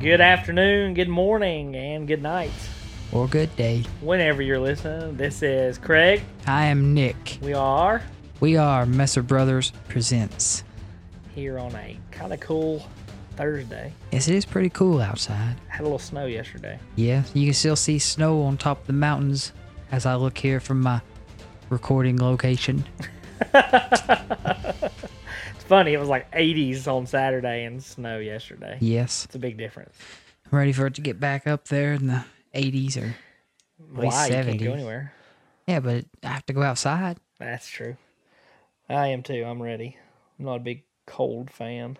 Good afternoon, good morning, and good night. or good day. Whenever you're listening, this is Craig. I am Nick. We are We are Messer Brothers Presents. here on a kind of cool Thursday. Yes, it is pretty cool outside. Had a little snow yesterday. Yeah, you can still see snow on top of the mountains as I look here from my recording location. It's funny, it was like 80s on Saturday and snow yesterday. Yes, It's a big difference. I'm ready for it to get back up there in the 80s or least Why? You can't go 70s. anywhere. yeah, but I have to go outside. That's true. I am too. I'm ready. I'm not a big cold fan.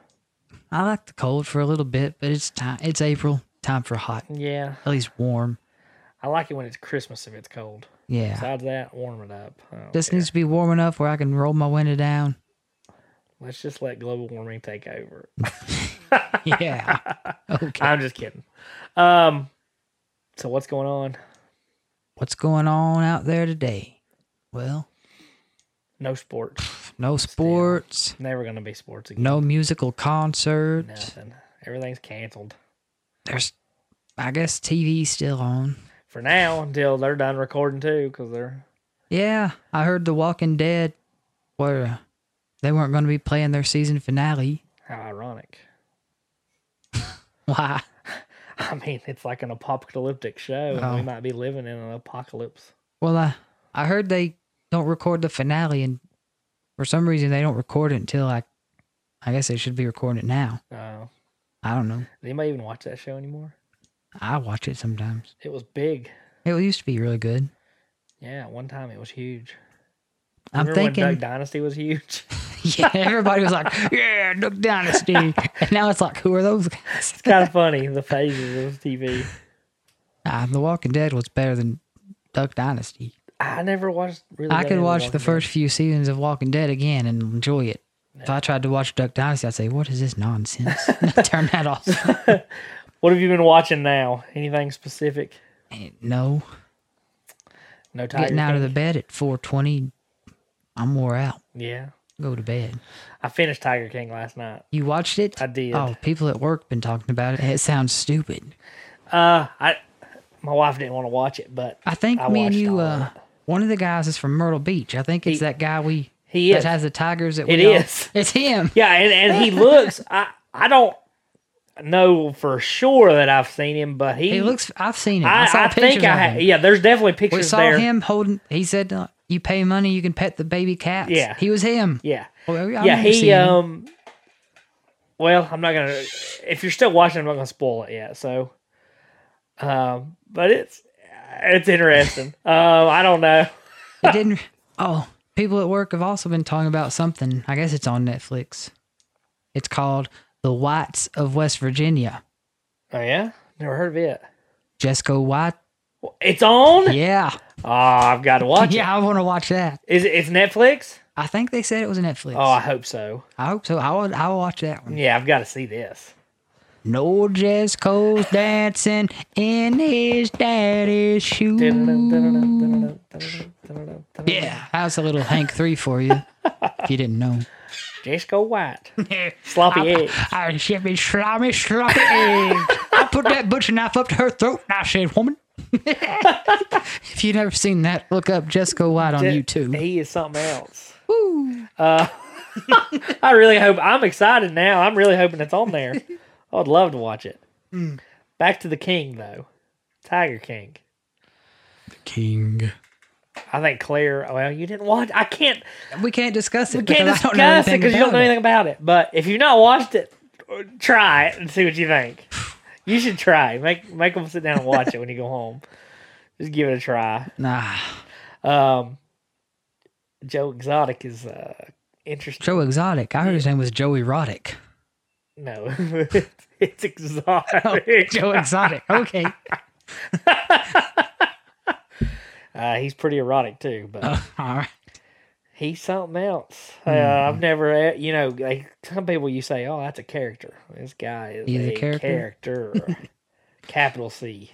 I like the cold for a little bit, but it's time. It's April, time for hot, Yeah. at least warm. I like it when it's Christmas if it's cold. Yeah, Besides that, warm it up. I don't this care. needs to be warm enough where I can roll my window down. Let's just let global warming take over. Yeah. okay. I'm just kidding. Um, so what's going on? What's going on out there today? Well, No sports. no sports, Never gonna be sports again. no musical concerts. Nothing. Everything's canceled There's, I guess, TV still on. for now until they're done recording too, because they're Yeah, I heard The Walking Dead were they weren't going to be playing their season finale. how ironic. Why? I mean, it's like an apocalyptic show, and Oh. we might be living in an apocalypse. Well, I I heard they don't record the finale, and for some reason they don't record it until like, I guess they should be recording it now. Uh, I don't know. does anybody even watch that show anymore? I watch it sometimes. It was big. It used to be really good. Yeah, at one time it was huge. I'm Remember thinking when Duck Dynasty was huge. Yeah, everybody was like, "Yeah, Duck Dynasty," and now it's like, "Who are those guys?" it's kind of funny the phases of TV. Nah, Uh, the Walking Dead was better than Duck Dynasty. I never watched. Really got I could into watch Walking the Dead. first few seasons of Walking Dead again and enjoy it. If I tried to watch Duck Dynasty, I'd say, "What is this nonsense?" Turn that off. What have you been watching now? Anything specific? Ain't no, No Tiger getting out of the King? bed at four twenty, I'm wore out. Yeah. Go to bed. I finished Tiger King last night. You watched it? I did. Oh, people at work been talking about it. It sounds stupid. Uh, I my wife didn't want to watch it, but I think I me and watched all you, of uh, one of the guys is from Myrtle Beach. I think it's He- that guy we he that is. has the tigers. That It we all- is. It's him. yeah, and, and he looks. I I don't know for sure that I've seen him, but he, He looks. I've seen him. I, I, saw I pictures think I of ha- him. yeah. There's definitely we pictures saw there. him holding. He said, uh, "You pay money, you can pet the baby cats." Yeah. he was him. Yeah, Oh, I yeah. remember He seeing him. um. Well, I'm not gonna. If you're still watching, I'm not gonna spoil it yet. So, um, but it's it's interesting. um, I don't know. it didn't. Oh, people at work have also been talking about something. I guess it's on Netflix. It's called "The Whites of West Virginia." Oh yeah, never heard of it. Jesco White. It's on. Yeah, Oh, I've got to watch yeah, I want to watch that. it. Is it. It's Netflix? I think they said it was Netflix. Oh, I hope so. I hope so. I would. I will watch that one. Yeah, I've got to see this. No jazz co's dancing in his daddy's shoes. Yeah, how's a little Hank three for you? if you didn't know. Jessica White, sloppy egg. I shit me slimy, sloppy egg. I put that butcher knife up to her throat and I said, "Woman." if you've never seen that, look up Jessica White on YouTube. He is something else. Woo. Uh, I really hope. I'm excited now. I'm really hoping it's on there. I would love to watch it. Mm. Back to the King though, Tiger King. King. I think Claire. Well, you didn't watch. I can't. We can't discuss it. We can't because I don't know discuss it anything because you don't know about it. anything about it. But if you've not watched it, try it and see what you think. You should try. Make make them sit down and watch it when you go home. Just give it a try. Nah. Um, Joe Exotic is uh, interesting. Joe Exotic. I heard his name was Joe Erotic. No, it's exotic. Oh, Joe Exotic. Okay. Uh, he's pretty erotic too, but Oh, all right. he's something else. Hmm. Uh, I've never, you know, like some people you say, "Oh, that's a character." This guy is He's a a character? character. Capital C.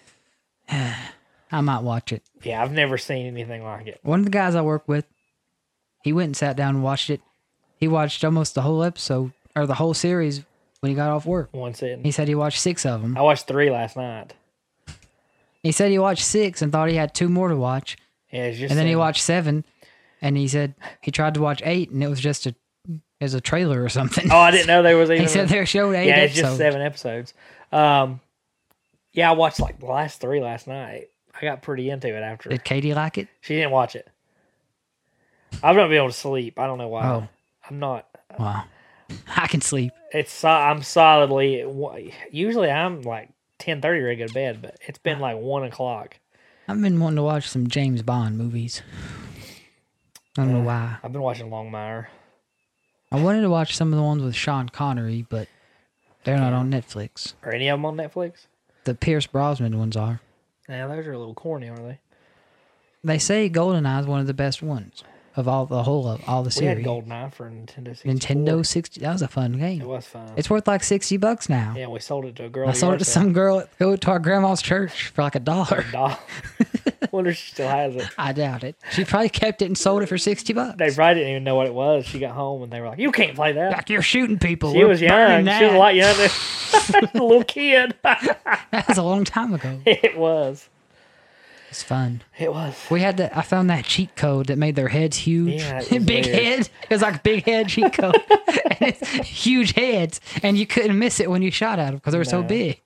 I might watch it. Yeah, I've never seen anything like it. One of the guys I work with, he went and sat down and watched it. He watched almost the whole episode or the whole series when he got off work. One sitting. He said he watched six of them. I watched three last night. He said he watched six and thought he had two more to watch. Yeah, it's just. And then he sitting. watched seven and he said he tried to watch eight and it was just a as a trailer or something. Oh, I didn't know there was even. He said they showed eight yeah, it's episodes. just seven episodes. Um, yeah, I watched like the last three last night. I got pretty into it after. Did Katie like it? She didn't watch it. I've not been able to sleep. I don't know why. Oh. I'm not. Wow. I can sleep. It's so- I'm solidly. at one- Usually I'm like ten thirty ready to go to bed, but it's been Ah. like one o'clock. I've been wanting to watch some James Bond movies. I don't know why. I've been watching Longmire. I wanted to watch some of the ones with Sean Connery, but they're not on Netflix. Are any of them on Netflix? The Pierce Brosnan ones are. Yeah, those are a little corny, aren't they? They say GoldenEye is one of the best ones of all the whole of all the We had series. GoldenEye for Nintendo. 64. Nintendo 60. That was a fun It game. was fun. It's worth like 60 bucks now. yeah, we sold it to a girl. I who sold it worked to at some girl at go to our grandma's church for like a dollar. a doll. Wonder if she still has it. I doubt it. She probably kept it and sold it for 60 bucks. They probably didn't even know what it was. She got home and they were like, "You can't play that." like you're shooting people. She We're was young. burning She was a that." lot younger. a little kid. That was a long time ago. it was. It's fun. It was. We had that. I found that cheat code that made their heads huge. Yeah, it was big weird. head. It was like big head cheat code. and it's huge heads, and you couldn't miss it when you shot at them because they were so No. big.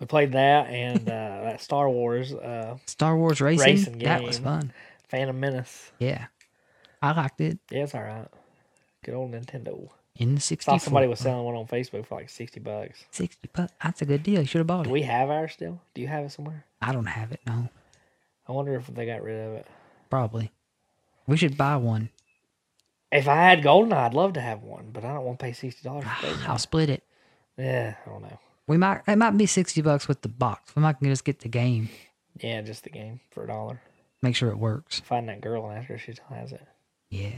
We played that and uh, that Star Wars uh, Star Wars racing. Racing That was game. fun. Phantom Menace. Yeah, I liked it Yeah, it's all right. Good old Nintendo. in the Saw 64. somebody was selling one on Facebook for like sixty bucks. 60 bucks. That's a good deal. You should have bought Do it. we have ours still? Do you have it somewhere? I don't have it. No, I wonder if they got rid of it. probably. We should buy one. If I had Goldeneye, I'd love to have one, but I don't want to pay sixty dollars for Goldeneye. Ah, I'll split it. Yeah, I don't know. We might. It might be 60 bucks with the box. We might just get the game. Yeah, just the game for a dollar. Make sure it works. Find that girl and ask her if she still has it. Yeah.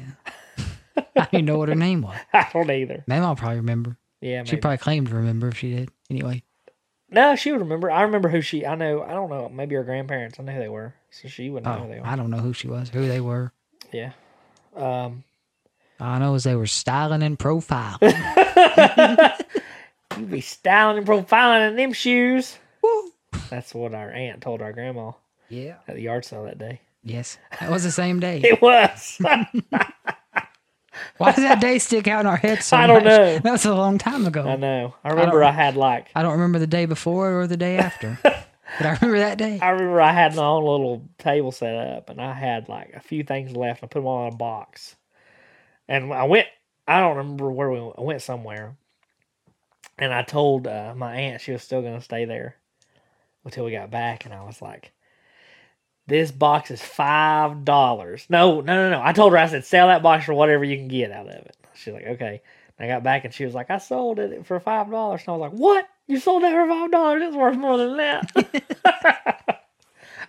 I don't even know what her name was. I don't either. Ma'am, I'll probably remember. Yeah, She maybe. probably claimed to remember if she did. Anyway, no, she would remember. I remember who she. I know. I don't know. Maybe her grandparents. I know who they were, so she wouldn't know who oh, they were. I don't know who she was, who they were. Yeah. Um, All I know is they were styling and profile. you Um, be styling and profiling in them shoes. Woo. That's what our aunt told our grandma yeah. at the yard sale that day. Yes. That was the same day. It was. Why does that day stick out in our heads so I don't much? know. Um, That was a long time ago. I know. I remember I, had like. I don't remember the day before or the day after. but I remember that day. I remember I had my own little table set up, and I had like a few things left. I put them all in a box, and I went. I don't remember where we went. I went somewhere, and I told uh, my aunt she was still gonna stay there until we got back, and I was like. This box is five dollars. No, no, no, no. I told her I said sell that box for whatever you can get out of it. She's like, okay. And I got back and she was like, I sold it for five dollars. And I was like, what? You sold that for five dollars? It's worth more than that. I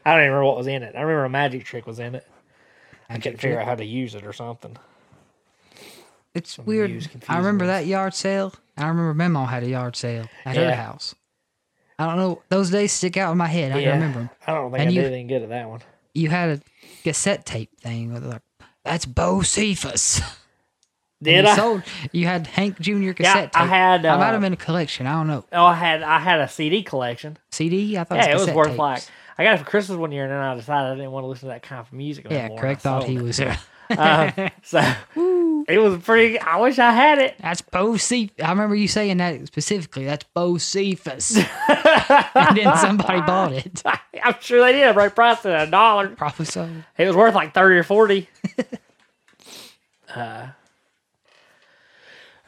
don't even remember what was in it. I remember a magic trick was in it. I couldn't figure out how to use it or something. It's use weird. I confusing remember ones. that yard sale. I remember Memo had a yard sale at her Yeah. house. I don't know. Those days stick out in my head. I can Yeah. remember them. I don't think And I you- did anything good at that one. You had a cassette tape thing with like, that's Bo Cephas. Did you I? Sold, you had Hank Jr. yeah, cassette I tape. had. Uh, I might have been a collection. I don't know. Oh, I had. I had a CD collection. CD? I thought Yeah, it was was cassette worth tapes. like. I got it for Christmas one year, and then I decided I didn't want to listen to that kind of music. Yeah, anymore, and Craig I thought he sold was. uh, it. Um, so it was pretty. I wish I had it. That's Bo Cephas. I remember you saying that specifically. That's Bo Cephas. and then somebody bought it. I'm sure they did a right price at a dollar. Probably so. It was worth like thirty or forty.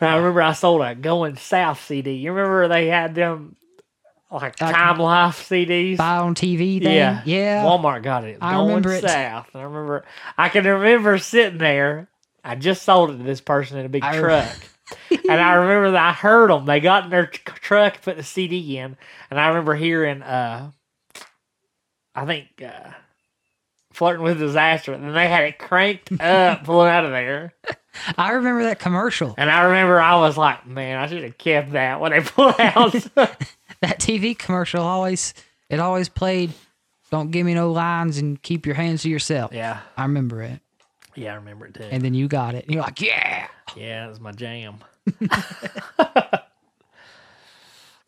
uh, I remember I sold a Going South CD. You remember they had them like Like, Time Life CDs. Buy on TV thing. yeah, Yeah. Walmart got it. I Going remember it. South. And I remember. I can remember sitting there. I just sold it to this person in a big I- truck. and I remember that I heard them. They got in their tr- truck, put the CD in, and I remember hearing, uh, I think, uh, flirting with disaster. And then they had it cranked up, pulling out of there. I remember that commercial. And I remember I was like, man, I should have kept that when they pulled out. That TV commercial always it always played don't give me no lines and keep your hands to yourself. yeah, I remember it. yeah, I remember it too. And then you got it. And you're like, yeah. yeah, that was my jam.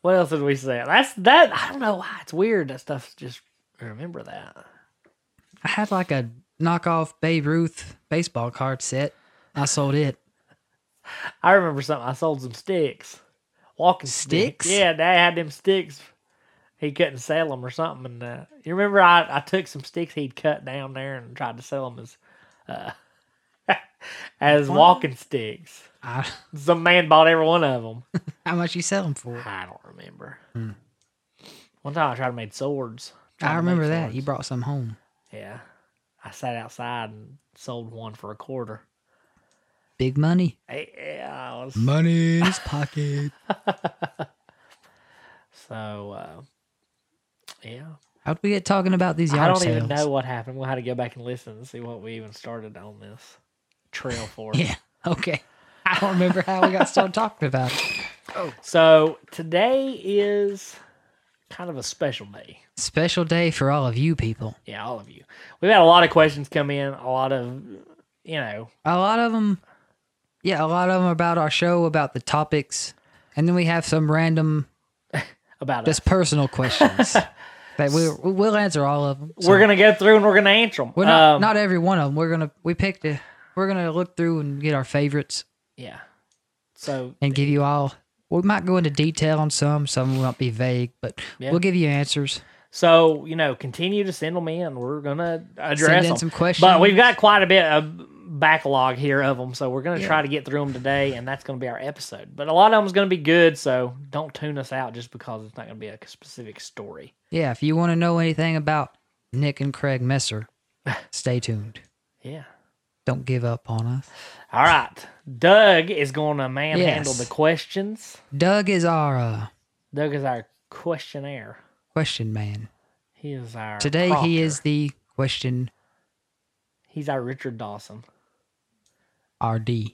What else did we say? That's that. I don't know why it's weird. That stuff just I remember that. I had like a knockoff Babe Ruth baseball card set. I sold it. I remember something. I sold some sticks, walking Sticks? Yeah, Dad had them sticks. He couldn't sell them or something. And uh, you remember, I, I took some sticks he'd cut down there and tried to sell them as uh, as walking sticks. I, Some man bought every one of them. how much you sell them for? I don't remember. One time I tried to make swords. Tried Hmm. I to make remember that. swords. You brought some home. Yeah, I sat outside and sold one for a quarter. Big money. Yeah, I Hmm. was Money in his pocket. so. Uh, yeah, How'd we get talking about these I yard don't sales? even know what happened. We'll have to go back and listen and see what we even started on this trail for. Yeah. Okay. I don't remember how we got started talking about it. So today is kind of a special day. Special day for all of you people. Yeah, all of you. We've had a lot of questions come in. A lot of, you know, A lot of them, yeah, a lot of them about our show, about the topics, and then we have some random, about us. just personal questions that we we'll answer all of them. we're gonna go through and we're gonna answer Um, them. We're not not every one of them. We're gonna we picked a, we're gonna look through and get our favorites Yeah. So and give you all. We might go into detail on some, some will be vague, but Yeah. we'll give you answers. So you know, continue to send them in. We're gonna address Send in them. some but questions. we've got quite a bit of backlog here of them, so we're gonna Yeah. try to get through them today, and that's gonna be our episode. But a lot of them's gonna be good, so don't tune us out just because it's not gonna be a specific story. Yeah, if you want to know anything about Nick and Craig Messer, stay tuned. Yeah. Don't give up on us. All right, Doug is gonna manhandle Yes. the questions. Doug is our uh, Doug is our questionnaire. question man. He is our Today he is prompter. the question he's our Richard Dawson. RD.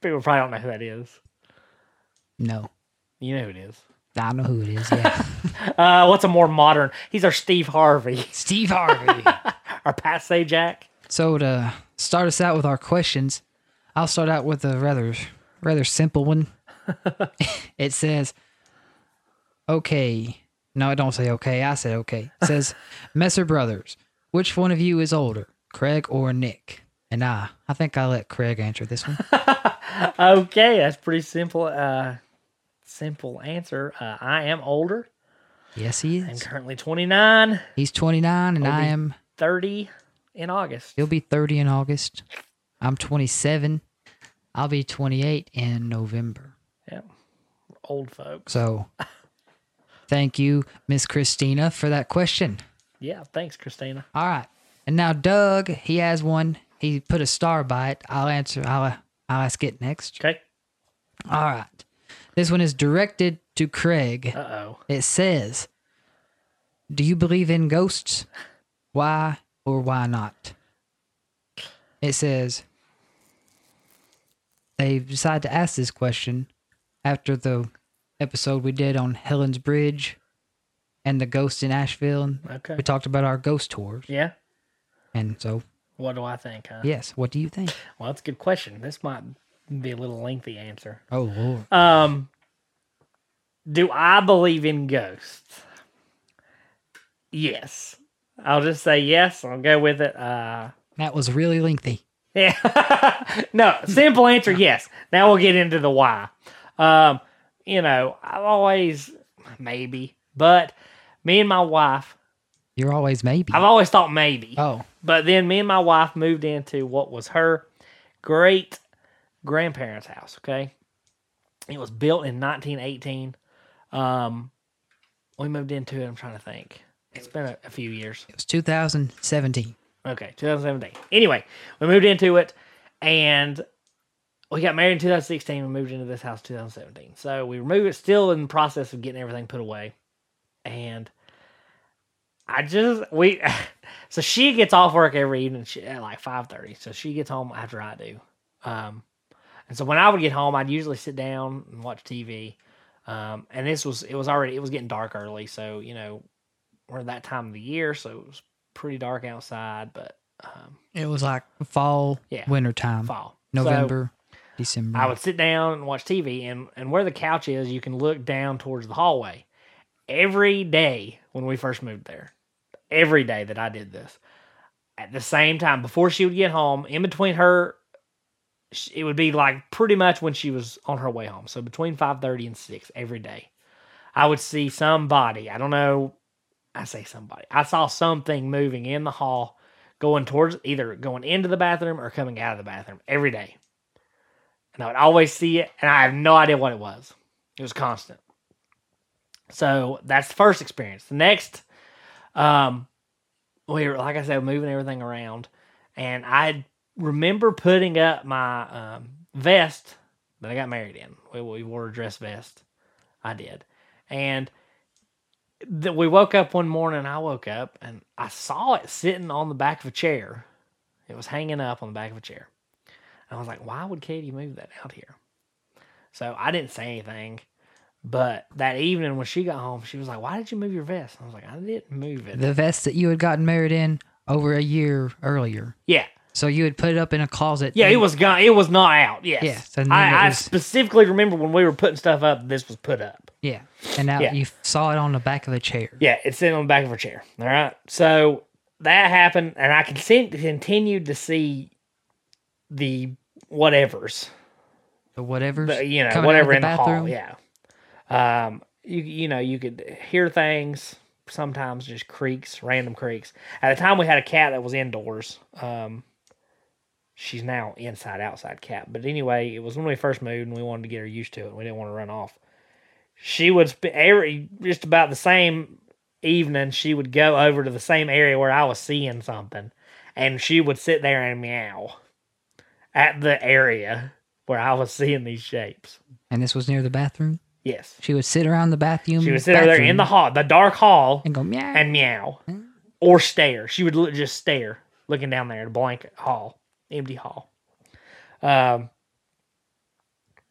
People probably don't know who that is. No, You know who it is. I know who it is. Yeah, Uh, what's a more modern? He's our Steve Harvey, Steve Harvey. our Pat Sajak. so to start us out with our questions, I'll start out with a rather rather simple one. it says, "Okay." No, I don't say okay. I said okay. It says, "Messer brothers, which one of you is older, Craig or Nick?" And I, I think I let Craig answer this one. Okay, that's pretty simple. Uh, simple answer. Uh, I am older. yes, he I'm is. currently 29, He's 29, and I Oldie. am 30 in August. He'll be 30 in August. I'm 27. I'll be 28 in November. Yeah, old folks. So thank you, Miss Christina, for that question. Yeah, thanks, Christina. All right. And now Doug, he has one. He put a star by it. I'll answer. I'll, I'll ask it next. Okay. All right. This one is directed to Craig. Uh oh. It says, Do you believe in ghosts? Why or why not? It says, They decided to ask this question after the episode we did on Helen's Bridge and the ghost in Asheville. And Okay. We talked about our ghost tours. Yeah. And so, What do I think? Huh? yes, what do you think? Well, that's a good question. This might be a little lengthy answer. Oh, Lord. Um, do I believe in ghosts? Yes. I'll just say yes. I'll go with it. Uh, That was really lengthy. Yeah. no, simple answer, yes. Now we'll get into the why. Um, you know, I've always maybe, but me and my wife, You're always maybe. I've always thought maybe. Oh, But then me and my wife moved into what was her great grandparents' house. Okay, it was built in 1918. Um, we moved into it. I'm trying to think. It's been a, a few years. it was 2017. Okay, 2017. Anyway, we moved into it, and we got married in 2016. We moved into this house 2017. So we removed it. Still in the process of getting everything put away, and I just we. so she gets off work every evening she, at like 5:30. So she gets home after I do. Um, and so when I would get home, I'd usually sit down and watch TV. Um, and this was it was already it was getting dark early, so you know we're that time of the year, so it was pretty dark outside, but um, It was like fall, Yeah. winter time, fall So, November. December. I would sit down and watch TV, and, and where the couch is, you can look down towards the hallway. Every day when we first moved there, every day that I did this, at the same time, before she would get home, in between her, sh- it would be like pretty much when she was on her way home. So between 5.30 and 6 every day, I would see somebody. I don't know. I say somebody. I saw something moving in the hall going towards either going into the bathroom or coming out of the bathroom every day. And I would always see it, and I have no idea what it was. It was constant. So that's the first experience. The next, um, we were like I said, moving everything around, and I remember putting up my um, vest that I got married in. We, we wore a dress vest. I did, and that we woke up one morning. I woke up and I saw it sitting on the back of a chair. It was hanging up on the back of a chair. And I was like, why would Katie move that out here? So I didn't say anything. But that evening when she got home, she was like, why did you move your vest? And I was like, I didn't move it. the vest that you had gotten married in over a year earlier. yeah. So you had put it up in a closet. Yeah, it and- was gone. It was not out. Yes. Yes, and then it I, I was- specifically remember when we were putting stuff up, this was put up. Yeah, and now Yeah. you saw it on the back of a chair. Yeah, it's sitting on the back of her chair. All right. So that happened, and I consent- continued to see the whatevers, The whatever's the, you know, coming out of whatever the in the hall. bathroom. Yeah. Um, you you know you could hear things sometimes just creaks, random creaks. At the time, we had a cat that was indoors. Um, she's now inside outside cat. But anyway, it was when we first moved and we wanted to get her used to it. We didn't want to run off. She would sp- every just about the same evening. She would go over to the same area where I was seeing something, and she would sit there and meow at the area where I was seeing these shapes. And this was near the bathroom. Yes, She would sit around the bathroom. she would sit over there in the bathroom hall, the dark hall, and go meow. and meow or stare. She would li- just stare, looking down there at a blank hall, empty hall. Um,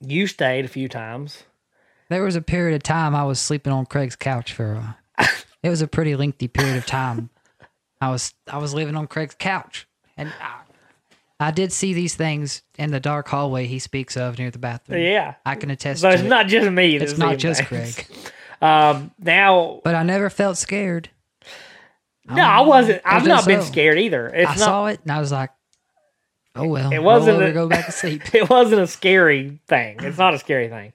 you stayed a few times. there was a period of time I was sleeping on Craig's couch for. A, it was a pretty lengthy period of time. I was I was living on Craig's couch, and I, I did see these things in the dark hallway he speaks of near the bathroom. Yeah, I can attest so to it's it. not just me. it's that's not seeing just things. Craig, Um, now, but I never felt scared. no, I wasn't. Um, I I've feel not been so. scared either. It's I not. saw it and I was like, "Oh well." It roll wasn't over, a- go back to sleep. it wasn't a scary thing. It's not a scary thing.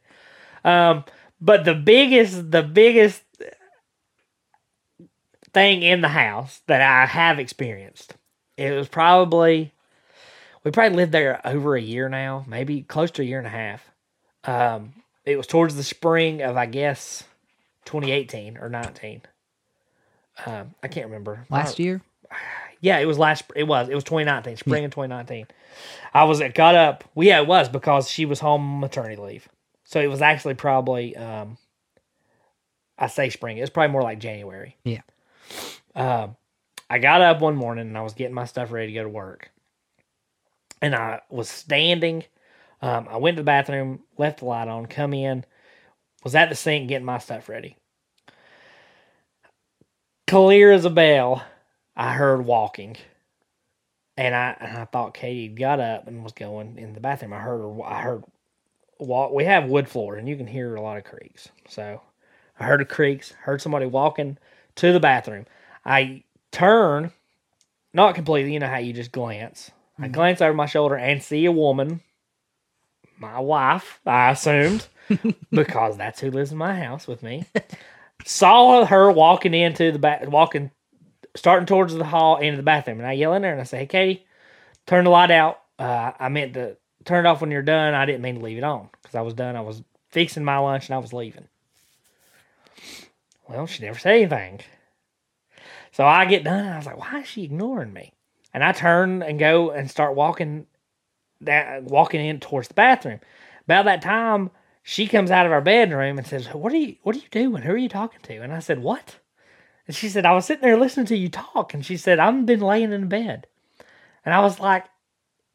Um, but the biggest, the biggest thing in the house that I have experienced, it was probably we probably lived there over a year now, maybe close to a year and a half. Um, it was towards the spring of I guess 2018 or 19. Um, I can't remember. Last year, Yeah, it was last. It was. It was 2019, spring of 2019. I was. It got up. Well, yeah, it was because she was home on maternity leave. So it was actually probably. um I say spring. It was probably more like January. Yeah. Um, I got up one morning and I was getting my stuff ready to go to work, and I was standing. Um, I went to the bathroom, left the light on, come in, was at the sink getting my stuff ready. Clear as a bell. I heard walking, and I and I thought Katie had got up and was going in the bathroom. I heard her. wa- I heard walk. We have wood floor, and you can hear a lot of creaks. So I heard the creaks. Heard somebody walking to the bathroom. I turn, not completely. You know how you just glance. I glance over my shoulder and see a woman, my wife, I assumed, because that's who lives in my house with me. Saw her walking into the back, walking starting towards the hall into the bathroom. And I yell in there and I say, Hey, Katie, turn the light out. Uh, I meant to turn it off when you're done. I didn't mean to leave it on because I was done. I was fixing my lunch and I was leaving. Well, she never said anything. So I get done and I was like, Why is she ignoring me? And I turn and go and start walking that walking in towards the bathroom. About that time, she comes out of our bedroom and says, What are you what are you doing? Who are you talking to? And I said, What? And she said, I was sitting there listening to you talk. And she said, I've been laying in bed. And I was like,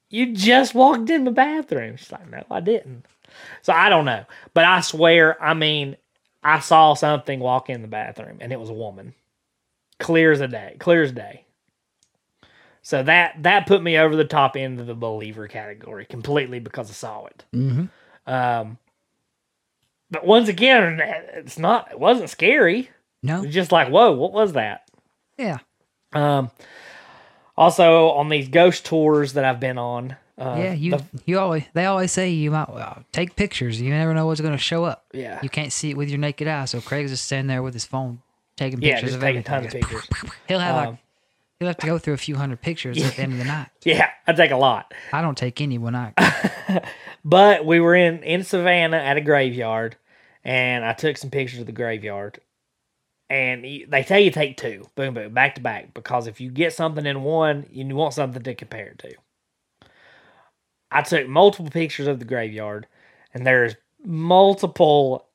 You just walked in the bathroom. She's like, No, I didn't. So I don't know. But I swear, I mean, I saw something walk in the bathroom and it was a woman. Clear as a day. Clear as day. So that that put me over the top end of the believer category completely because I saw it. Mm-hmm. Um, but once again, it's not. It wasn't scary. It No. was just like, whoa, what was that? Yeah. Um, also, on these ghost tours that I've been on, uh, yeah. You. the- you always. They always say you might well, take pictures. You never know what's going to show up. yeah, You can't see it with your naked eye. So Craig's just standing there with his phone taking yeah, pictures just of taking everything. tons of pictures. He'll have like. Um, He'll have to go through a few hundred pictures at the end of the night. Yeah, I take a lot. I don't take any when I. But we were in in Savannah at a graveyard, and I took some pictures of the graveyard. And you, they tell you take two, boom, boom, back to back, because if you get something in one, you want something to compare it to. I took multiple pictures of the graveyard, and there's multiple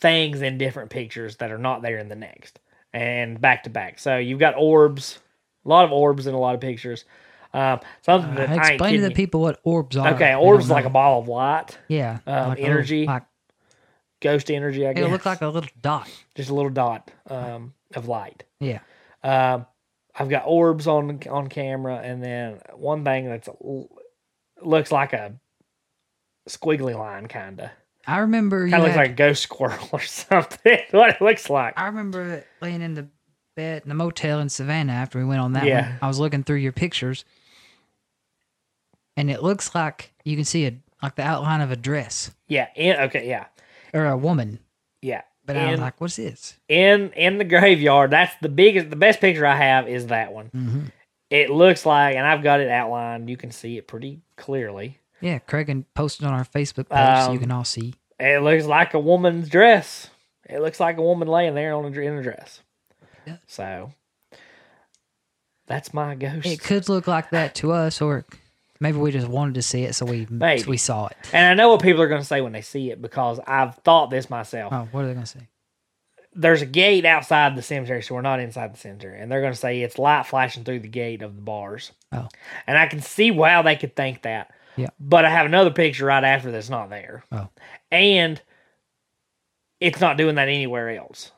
things in different pictures that are not there in the next, and back to back. So you've got orbs, a lot of orbs in a lot of pictures. Um, something that I, ain't Uh, explain to kidding the you. people what orbs are. They Okay, Uh, don't orb's like a know. ball of light, yeah, um, a little- energy, like, ghost energy. I guess it'll look like a little dot. just a little dot um, of light. Yeah. Um, I've got orbs on on camera, and then one thing that's l- looks like a squiggly line, kinda, I remember. kind you of looks had- like a ghost squirrel or something. what it looks like. I remember laying in the bed in the motel in Savannah after we went on that Yeah. one. I was looking through your pictures, and it looks like you can see a like the outline of a dress Yeah. In, okay. Yeah. or a woman. Yeah. But I was And- like, "What's this?" In in the graveyard. That's the biggest, the best picture I have is that one. Mm-hmm. It looks like, and I've got it outlined. You can see it pretty clearly. Yeah, Craig and posted on our Facebook page, so Um, you can all see. It looks like a woman's dress. It looks like a woman laying there on a, dr- in a dress. Yeah. So that's my ghost. It could look like that to us, or it- maybe we just wanted to see it, so we Maybe. so we saw it. and I know what people are going to say when they see it because I've thought this myself. Oh, what are they gonna say? There's a gate outside the cemetery, so we're not inside the cemetery. And they're going to say it's light flashing through the gate of the bars. Oh. And I can see wow, they could think that. Yeah. But I have another picture right after that's not there. Oh. And it's not doing that anywhere else.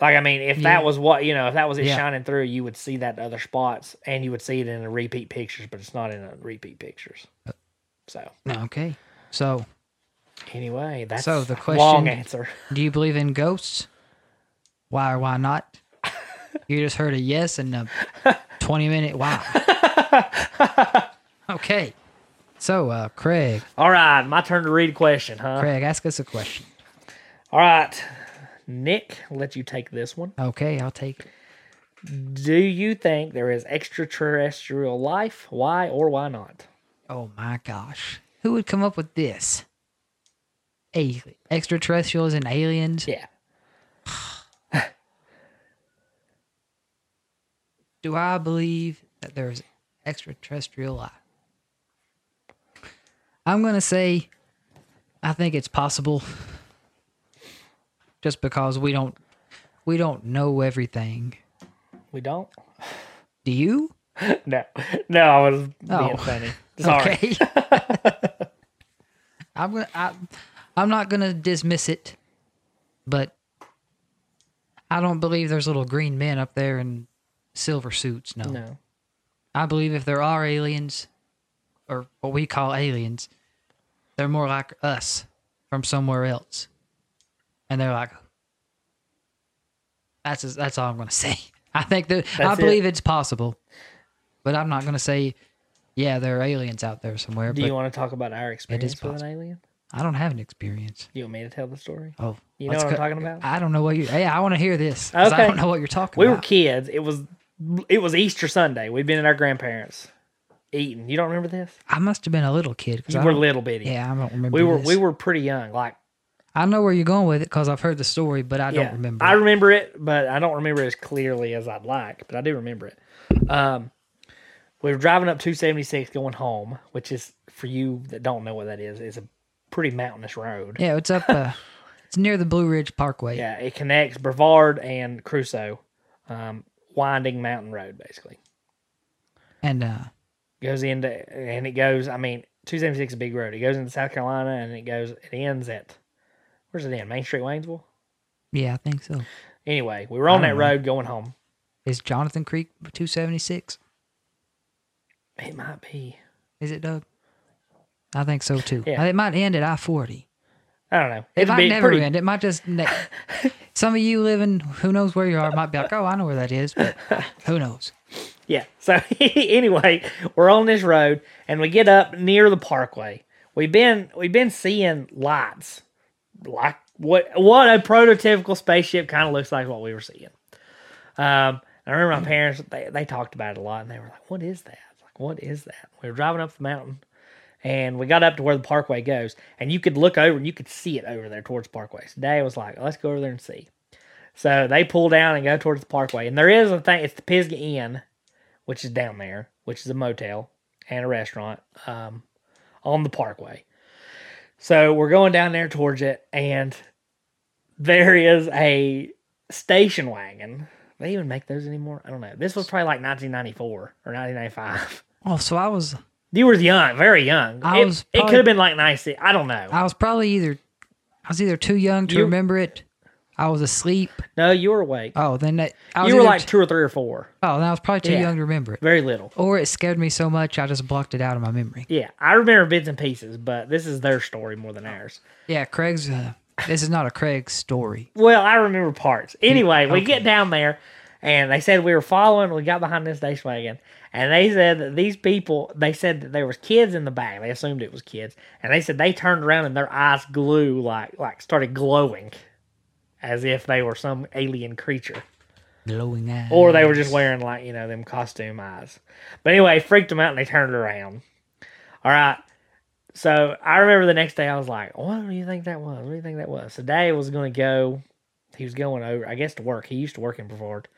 Like I mean, if Yeah. that was what you know, if that was it Yeah. shining through, you would see that in other spots, and you would see it in the repeat pictures, but it's not in the repeat pictures. Uh. So No, okay. So, anyway, that's So the a long question- answer. do you believe in ghosts? Why or why not? you just heard a yes and a twenty minute why. okay. So, uh, Craig, All right, my turn to read a question, huh? Craig, ask us a question. All right, Nick, I'll let you take this one. Okay, I'll take it. Do you think there is extraterrestrial life? Why or why not? Oh my gosh, who would come up with this? A- extraterrestrials and aliens. Yeah, Do I believe that there's extraterrestrial life? I'm going to say I think it's possible just because we don't we don't know everything. we don't. Do you? No, no, I was Oh. being funny. Sorry. Okay. I'm going to I'm not going to dismiss it, but I don't believe there's little green men up there in silver suits. No. I believe if there are aliens, or what we call aliens, they're more like us from somewhere else, and they're like, that's that's all I'm gonna say. I think that I That's it. believe it's possible, but I'm not gonna say, yeah, there are aliens out there somewhere. Do but you want to talk about our experience with an possible. alien? I don't have an experience. You want me to tell the story? Oh, You know let's what I'm go- talking about? I don't know what you. Yeah, I want to hear this. 'cause I Okay. don't know what you're talking We were about. kids. It was it was Easter Sunday. We'd been at our grandparents eating. You don't remember this? I must have been a little kid because You I were don't- little bitty. yeah, I don't remember. We were this. we were pretty young. Like I know where you're going with it because I've heard the story, but I yeah, don't remember. I it. remember it, but I don't remember it as clearly as I'd like, but I do remember it. Um we were driving up 276 going home, which is for you that don't know what that is, is a pretty mountainous road. Yeah, it's up. Uh, it's near the Blue Ridge Parkway. Yeah, it connects Brevard and Crusoe, um, winding mountain road basically. And uh, Goes into and it goes. I mean, two seventy six is a big road. It goes into South Carolina and it goes. It ends at where's it end? Main Street, Waynesville. yeah, I think so. Anyway, we were on I that don't know. road going home. Is Jonathan Creek 276? It might be. Is it, Doug? I think so too. Yeah. It might end at I 40. I don't know. It It'd might be never pretty- end. It might just. Ne- Some of you living, who knows where you are, might be like, oh, I know where that is, but who knows? Yeah. So anyway, we're on this road and we get up near the parkway. We've been we've been seeing lights, like what what a prototypical spaceship kind of looks like what we were seeing. Um, I remember my parents they, they talked about it a lot and they were like, "What is that? Like, what is that?" We were driving up the mountain and we got up to where the parkway goes, and you could look over and you could see it over there towards the parkway. So Dad was like, "Let's go over there and see." So they pull down and go towards the parkway, and there is a thing. It's the Pisgah Inn which is down there, which is a motel and a restaurant um, on the parkway. So we're going down there towards it, and there is a station wagon. They even make those anymore? I don't know. This was probably like 1994 or 1995. Oh, so I was, You were young, very young. I it, was it probably- could have been like 96. I don't know. I was probably either, I was either too young to You- remember it, I was asleep. no, you were awake. Oh, then that, I was You were either like t- two or three or four. oh, then I was probably too Yeah. young to remember it, Very little. or it scared me so much I just blocked it out of my memory. Yeah, I remember bits and pieces, but this is their story more Oh. than ours. Yeah, Craig's. Uh, this is not a Craig story. Well, I remember parts. Anyway, we get down there, and they said we were following. We got behind this station wagon, and they said that these people. They said that there was kids in the back. They assumed it was kids, and they said they turned around and their eyes glue like like started glowing, as if they were some alien creature, Glowing eyes. or they were just wearing like you know them costume eyes. But anyway, it freaked them out, and they turned around. All right. So I remember the next day I was like, "What do you think that was? What do you think that was?" So Dave was going to go. He was going over, I guess, to work. He used to work in Brevard.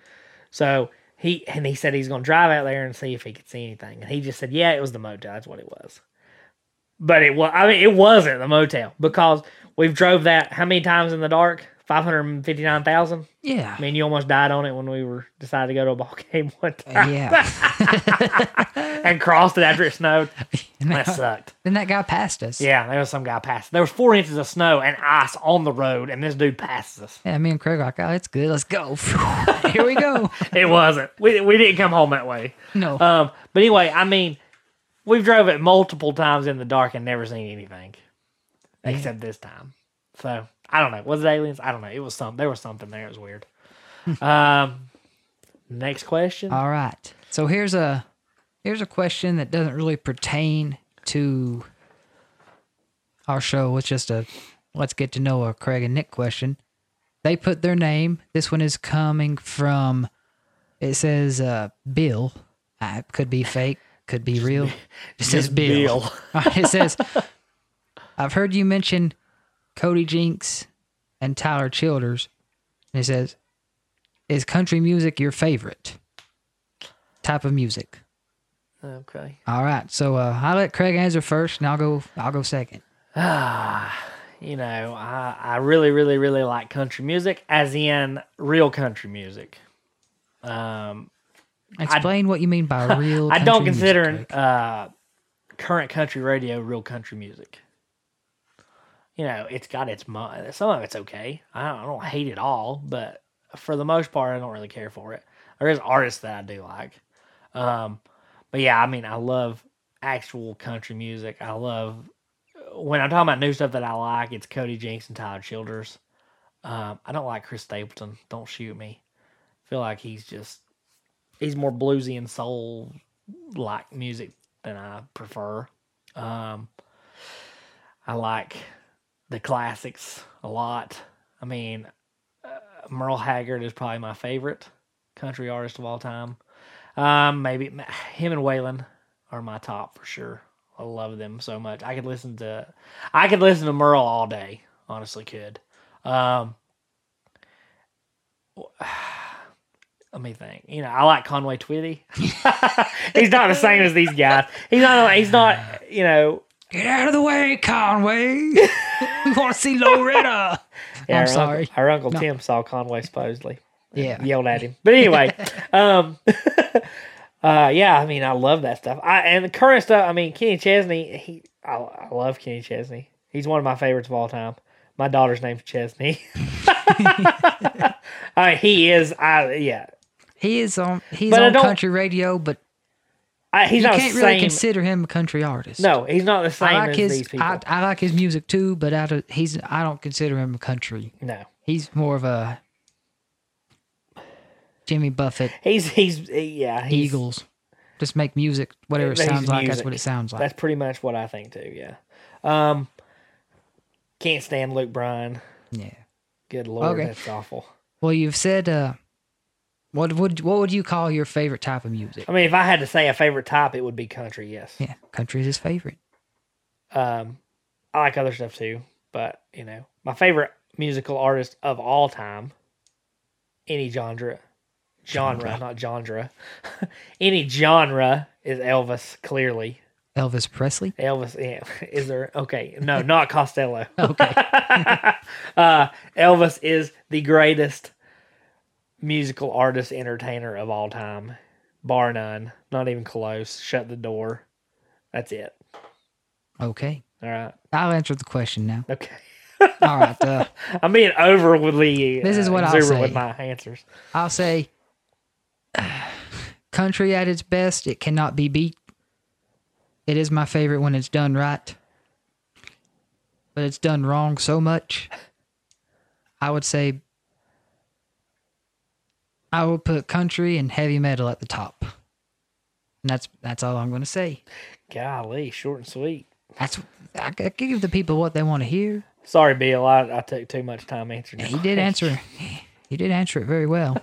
So he and he said he's going to drive out there and see if he could see anything. And he just said, "Yeah, it was the motel. That's what it was." But it was. I mean, it wasn't the motel because we've drove that how many times in the dark? Five hundred fifty nine thousand. Yeah. I mean, you almost died on it when we were decided to go to a ball game one time Yeah. and crossed it after it snowed. And That that- sucked. then that guy passed us. Yeah, there was some guy passed. There was four inches of snow and ice on the road, and this dude passes us. Yeah, me and Craig were like, oh, it's good. Let's go. Here we go. It wasn't. We, we didn't come home that way. No. Um, but anyway, I mean, we've drove it multiple times in the dark and never seen anything except this time. So I don't know. Was it aliens? I don't know. It was some. There was something there. It was weird. um, next question. All right. So here's a here's a question that doesn't really pertain to our show. It's just a let's get to know a Craig and Nick question. They put their name. This one is coming from it says uh Bill. Uh, It could be fake, could be real. It says just Bill. Bill. All right, it says I've heard you mention Cody Jinks and Tyler Childers. And it says, Is country music your favorite type of music? okay. All right. So uh, I'll let Craig answer first and I'll go I'll go second. Ah, you know, I I really really really like country music, as in real country music. Um, Explain what you mean by real. I don't country music, consider Craig. uh, current country radio real country music. You know, it's got its mo- some of it's okay. I don't, I don't hate it all, but for the most part, I don't really care for it. There is artists that I do like, um, but yeah, I mean, I love actual country music. I love when I'm talking about new stuff that I like. It's Cody Jinks and Tyler Childers. Um, I don't like Chris Stapleton. Don't shoot me. I feel like he's just he's more bluesy and soul like music than I prefer. Um, I like the classics a lot. I mean, uh, Merle Haggard is probably my favorite country artist of all time. Um, maybe him and Waylon are my top for sure. I love them so much. I could listen to, I could listen to Merle all day. Honestly, could. Um, let me think. You know, I like Conway Twitty. he's not the same as these guys. He's not. He's not. You know. Get out of the way, Conway. we want to see Loretta. Yeah, I'm our sorry. Uncle, our uncle No. Tim saw Conway supposedly. Yeah. yelled at him. But anyway, um, uh, yeah, I mean, I love that stuff. I and the current stuff. I mean, Kenny Chesney. He, I, I love Kenny Chesney. He's one of my favorites of all time. My daughter's name's Chesney. I mean, he is. I yeah. He is on. He's But I on don't- country radio, but I, he's you not can't the really same. consider him a country artist. no, he's not the same I like as his. these people. I, I like his music too, but I don't, he's. I don't consider him a country. no, He's more of a Jimmy Buffett he's he's yeah. He's, Eagles. Just make music, whatever it He's sounds like. That's music. what it sounds like. That's pretty much what I think too. Yeah. Um, can't stand Luke Bryan. yeah. Good lord, Okay. that's awful. Well, you've said. uh What would what would you call your favorite type of music? I mean, if I had to say a favorite type, it would be country. Yes. Yeah, country is his favorite. Um, I like other stuff too, but you know, my favorite musical artist of all time, any genre, genre, not genre, any genre is Elvis. Clearly, Elvis Presley. Elvis. Yeah, is there? Okay, no, not Costello. Okay. uh, Elvis is the greatest musical artist entertainer of all time, bar none. Not even close. Shut the door. That's it. Okay. All right. I'll answer the question now. Okay. All right. Uh, I'm being overly. This is uh, what I'll exuberant with say. my answers. I'll say country at its best, it cannot be beat. It is my favorite when it's done right. But it's done wrong so much. I would say I would put country and heavy metal at the top. And that's that's all I'm going to say. Golly, short and sweet. That's I, I give the people what they want to hear. Sorry, Bill. I, I took too much time answering. Yeah, your he did question. answer. He did answer it very well.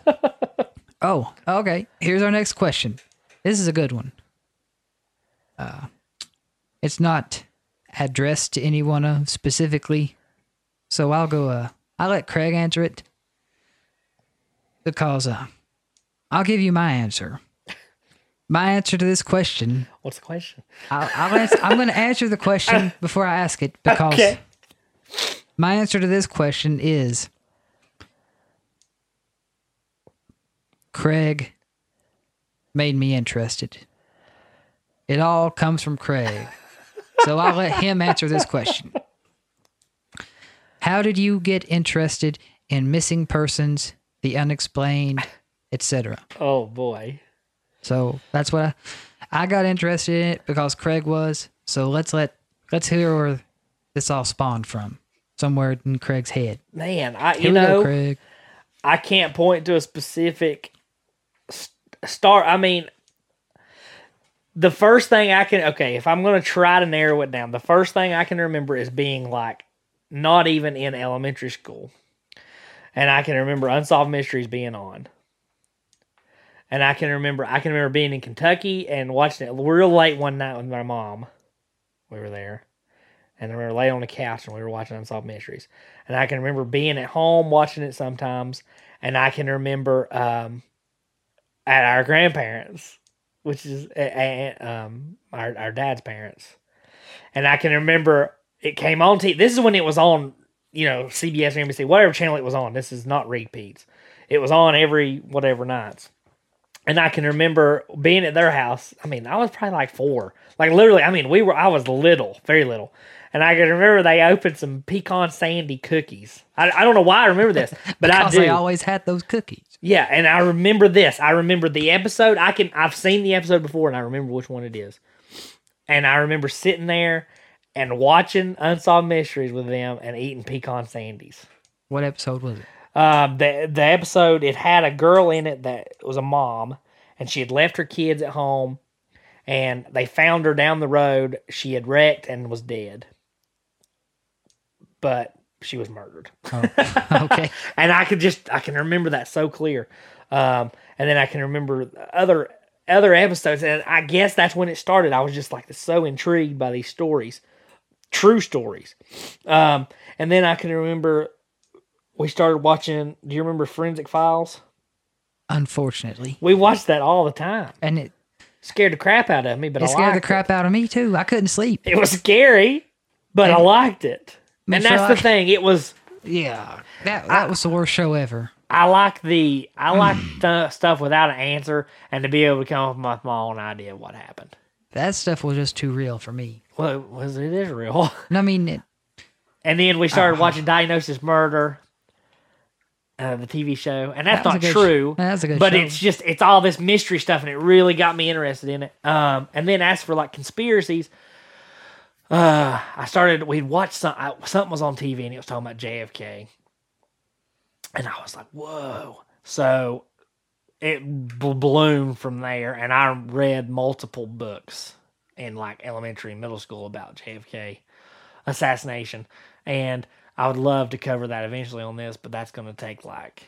oh, okay. Here's our next question. This is a good one. Uh, it's not addressed to anyone uh, specifically, so I'll go. Uh, I'll let Craig answer it because uh, I'll give you my answer. My answer to this question What's the question? I'll, I'll ans I'm going to answer the question before I ask it because Okay. my answer to this question is Craig made me interested. It all comes from Craig. So I'll let him answer this question. How did you get interested in missing persons, the unexplained, etc.? Oh boy. So that's what I, I got interested in it because Craig was. So let's let let's hear where this all spawned from. Somewhere in Craig's head. Man, I you Here we know go, Craig. I can't point to a specific st- star. I mean, the first thing I can okay, if I'm gonna try to narrow it down, the first thing I can remember is being like not even in elementary school, and I can remember Unsolved Mysteries being on. And I can remember, I can remember being in Kentucky and watching it real late one night with my mom. We were there, and I remember laying on the couch and we were watching Unsolved Mysteries and I can remember being at home watching it sometimes, and I can remember um, at our grandparents, which is a, a, um, our our dad's parents, and I can remember it came on. T- this is when it was on, you know, CBS or NBC, whatever channel it was on. This is not repeats. It was on every whatever nights. And I can remember being at their house. I mean, I was probably like four. Like literally, I mean, we were I was little, very little. And I can remember they opened some pecan sandy cookies. I, I don't know why I remember this, but I Because do. they always had those cookies. Yeah, and I remember this. I remember the episode. I can I've seen the episode before and I remember which one it is. And I remember sitting there and watching Unsolved Mysteries with them and eating pecan sandies. What episode was it? Uh, the the episode it had a girl in it that was a mom and she had left her kids at home and they found her down the road. She had wrecked and was dead. But she was murdered. Oh, okay. and I could just I can remember that so clear. Um, and then I can remember other other episodes, and I guess that's when it started. I was just like so intrigued by these stories, true stories. Um, and then I can remember we started watching. Do you remember Forensic Files? Unfortunately, We watched that all the time. and it, Scared the crap out of me, but it I scared the liked crap out of me too. I couldn't sleep. It. it was scary, but I And- liked it. I mean, And for that's like- the thing. It was Yeah, that that was the worst show ever. I like the I like th- stuff without an answer and to be able to come up with my own idea of what happened. That stuff was just too real for me. Well, it was it is real. Uh-huh. And I mean, it, And then we started watching Diagnosis Murder, uh, the TV show, and that's That was not a good sh- true. that's a good But show. it's just it's all this mystery stuff, and it really got me interested in it. Um, and then as for like conspiracies, uh, I started we'd watched some I, something was on TV, and it was talking about JFK, and I was like, whoa! So it bl- bloomed from there, and I read multiple books in like elementary and middle school about JFK assassination. And I would love to cover that eventually on this, but that's going to take like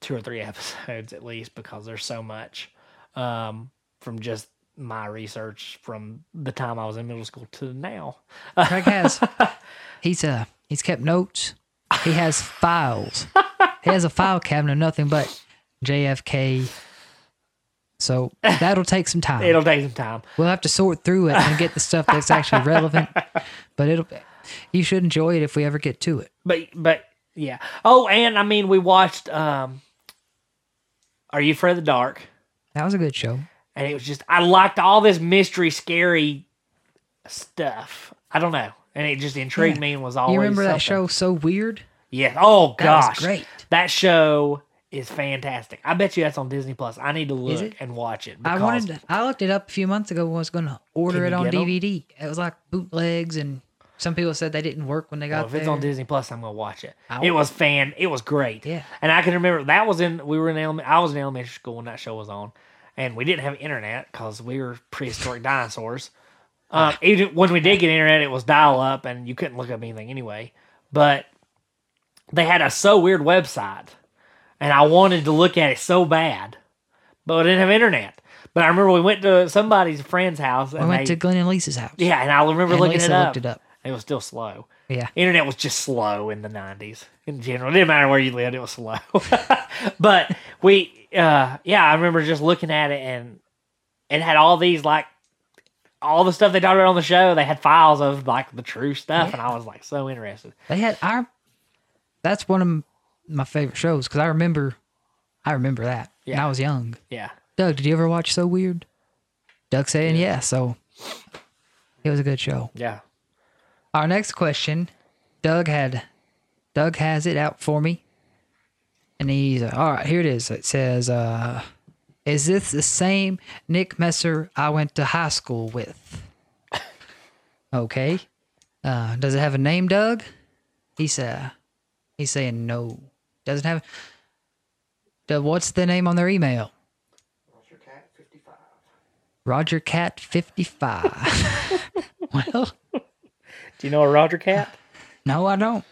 two or three episodes at least because there's so much um, from just my research from the time I was in middle school to now. Craig has. He's uh he's kept notes. He has files. He has a file cabinet of nothing but JFK. So that'll take some time. It'll take some time. we'll have to sort through it and get the stuff that's actually relevant. But it'll you should enjoy it if we ever get to it. But but yeah. Oh, and I mean we watched um Are You Afraid of the Dark? That was a good show. and it was just I liked all this mystery, scary stuff. I don't know, and it just intrigued Yeah. me and was always. You remember that something. show so weird? Yeah. Oh That was gosh, great. That show is fantastic. I bet you that's on Disney Plus. I need to look it? and watch it. I Because wanted to, I looked it up a few months ago and was going to order Can it you on get 'em? DVD. It was like bootlegs and some people said they didn't work when they well, got if there. it's on Disney Plus, I'm gonna watch it. I It will. was fan. It was great. Yeah. And I can remember that was in we were in element. I was in elementary school when that show was on, and we didn't have internet because we were prehistoric dinosaurs. Um, Ah. even when we did get internet, it was dial up, and you couldn't look up anything anyway. But they had a so weird website, and I wanted to look at it so bad, but I didn't have internet. But I remember we went to somebody's friend's house, and I went they, to Glenn and Lisa's house. yeah, and I remember and looking Lisa it up. looked it up. It was still slow Yeah. internet was just slow in the 90s in general it didn't matter where you lived it was slow but we uh yeah i remember just looking at it and it had all these like all the stuff they talked about on the show they had files of like the true stuff and i was like so interested They had our. That's one of m- my favorite shows because I remember, I remember that. when Yeah. I was young. yeah Doug, did you ever watch So Weird? Doug saying yeah. So it was a good show. yeah Our next question, Doug had, Doug has it out for me, and he's uh, all right. Here it is. It says, uh, "Is this the same Nick Messer I went to high school with?" okay. Uh, does it have a name, Doug? He said, he's saying no. Doesn't have. Doug, what's the name on their email? Roger Cat fifty five. well. do you know a roger cat No, I don't.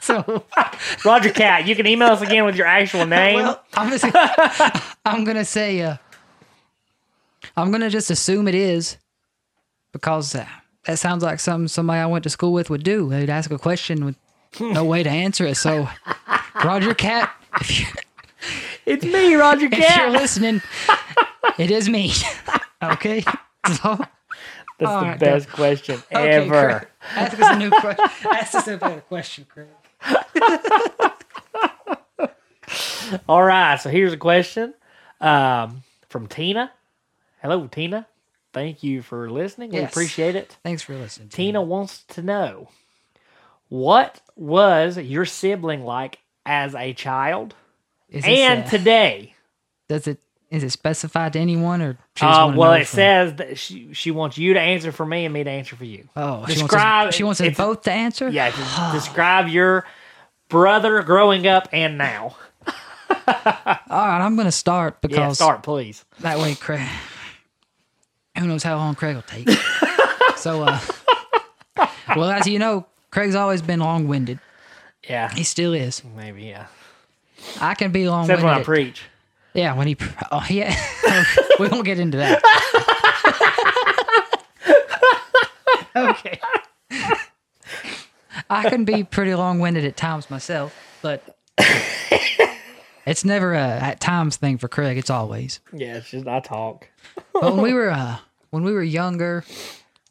so roger cat you can email us again with your actual name well, I'm just I'm gonna say uh, I'm gonna just assume it is because uh, that sounds like something somebody I went to school with would do. They'd ask a question with no way to answer it. So Roger Cat, if you're, it's me roger if you're cat listening, it is me. okay. So that's the Alright, best question okay, ever Craig, ask us a new question. Ask us a better question, Craig. All right, so here's a question um, from Tina. Hello, Tina. Thank you for listening. We Yes. Mm-hmm. appreciate it. Thanks for listening. Tina wants to know what was your sibling like as a child Is this, and uh, today? Does it is it specified to anyone or? She just Uh, wanna well, know it for- says that she she wants you to answer for me and me to answer for you. Oh, describe- She wants, us, she wants us it's- both to answer. Yeah, just describe your brother growing up and now. All right, I'm gonna start because Yeah, start please. that way, Craig. Who knows how long Craig will take? so, uh, well, as you know, Craig's always been long-winded. Yeah, He still is. maybe yeah. I can be long-winded. Except when I preach. yeah, when he. pr- Oh, yeah. we won't get into that. okay. I can be pretty long winded at times myself, but it's never a at times thing for Craig. It's always. Yeah, it's just I talk. But when we were uh, when we were younger,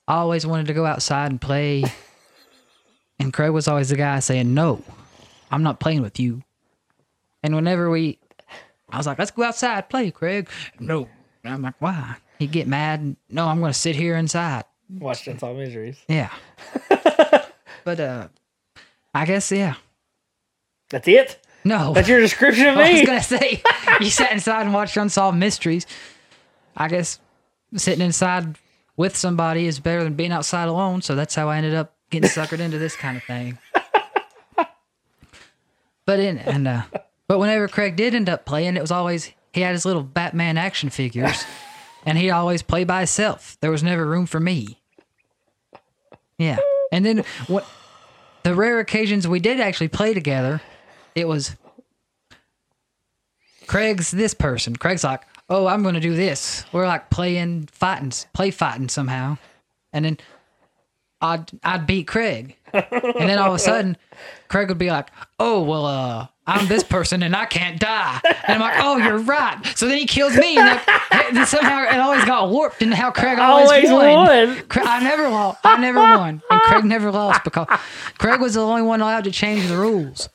I always wanted to go outside and play, and Craig was always the guy saying, "No, I'm not playing with you." And whenever we, I was like, "Let's go outside play, Craig." No, and I'm like, "Why?" He'd get mad. And, no, I'm going to sit here inside. Watch That's All Miseries. Yeah. but uh I guess, yeah. That's it. No. That's your description of Oh, I was me. gonna say you sat inside and watched Unsolved Mysteries. I guess sitting inside with somebody is better than being outside alone, so that's how I ended up getting suckered into this kind of thing. But in and uh, but whenever Craig did end up playing, it was always he had his little Batman action figures, and he'd always play by himself. There was never room for me. Yeah, and then what? The rare occasions we did actually play together, it was Craig's this person. Craig's like, oh, I'm going to do this. We're like playing fighting, play fighting somehow. And then I'd, I'd beat Craig. And then all of a sudden, Craig would be like, oh, well, uh, I'm this person and I can't die. And I'm like, oh, you're right. So then he kills me. And like, then somehow it always got warped into how Craig always, Always won. Cra- I never lost. I never won. And Craig never lost because Craig was the only one allowed to change the rules.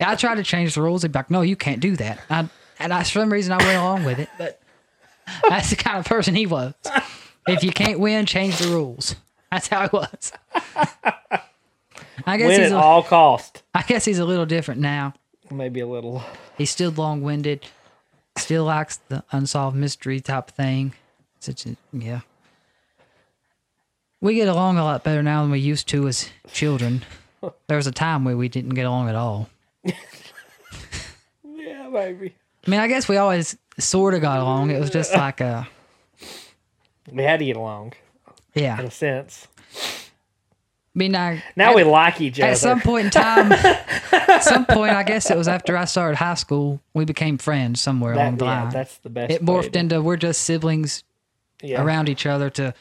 I tried to change the rules. He'd be like, no, you can't do that. I, and I, for some reason, I went along with it. But that's the kind of person he was. If you can't win, change the rules. That's how he was. I guess Win he's at a, all cost. I guess he's a little different now. Maybe a little. He's still long winded. Still likes the unsolved mystery type thing. Such a yeah. We get along a lot better now than we used to as children. There was a time where we didn't get along at all. Yeah, maybe. I mean, I guess we always sort of got along. It was just like a We had to get along in yeah. a sense. I mean, I Now we like each other. at some point in time, at some point, I guess it was after I started high school, we became friends somewhere along that, the yeah, line. that's the best. it way morphed to- into we're just siblings yeah. around each other. To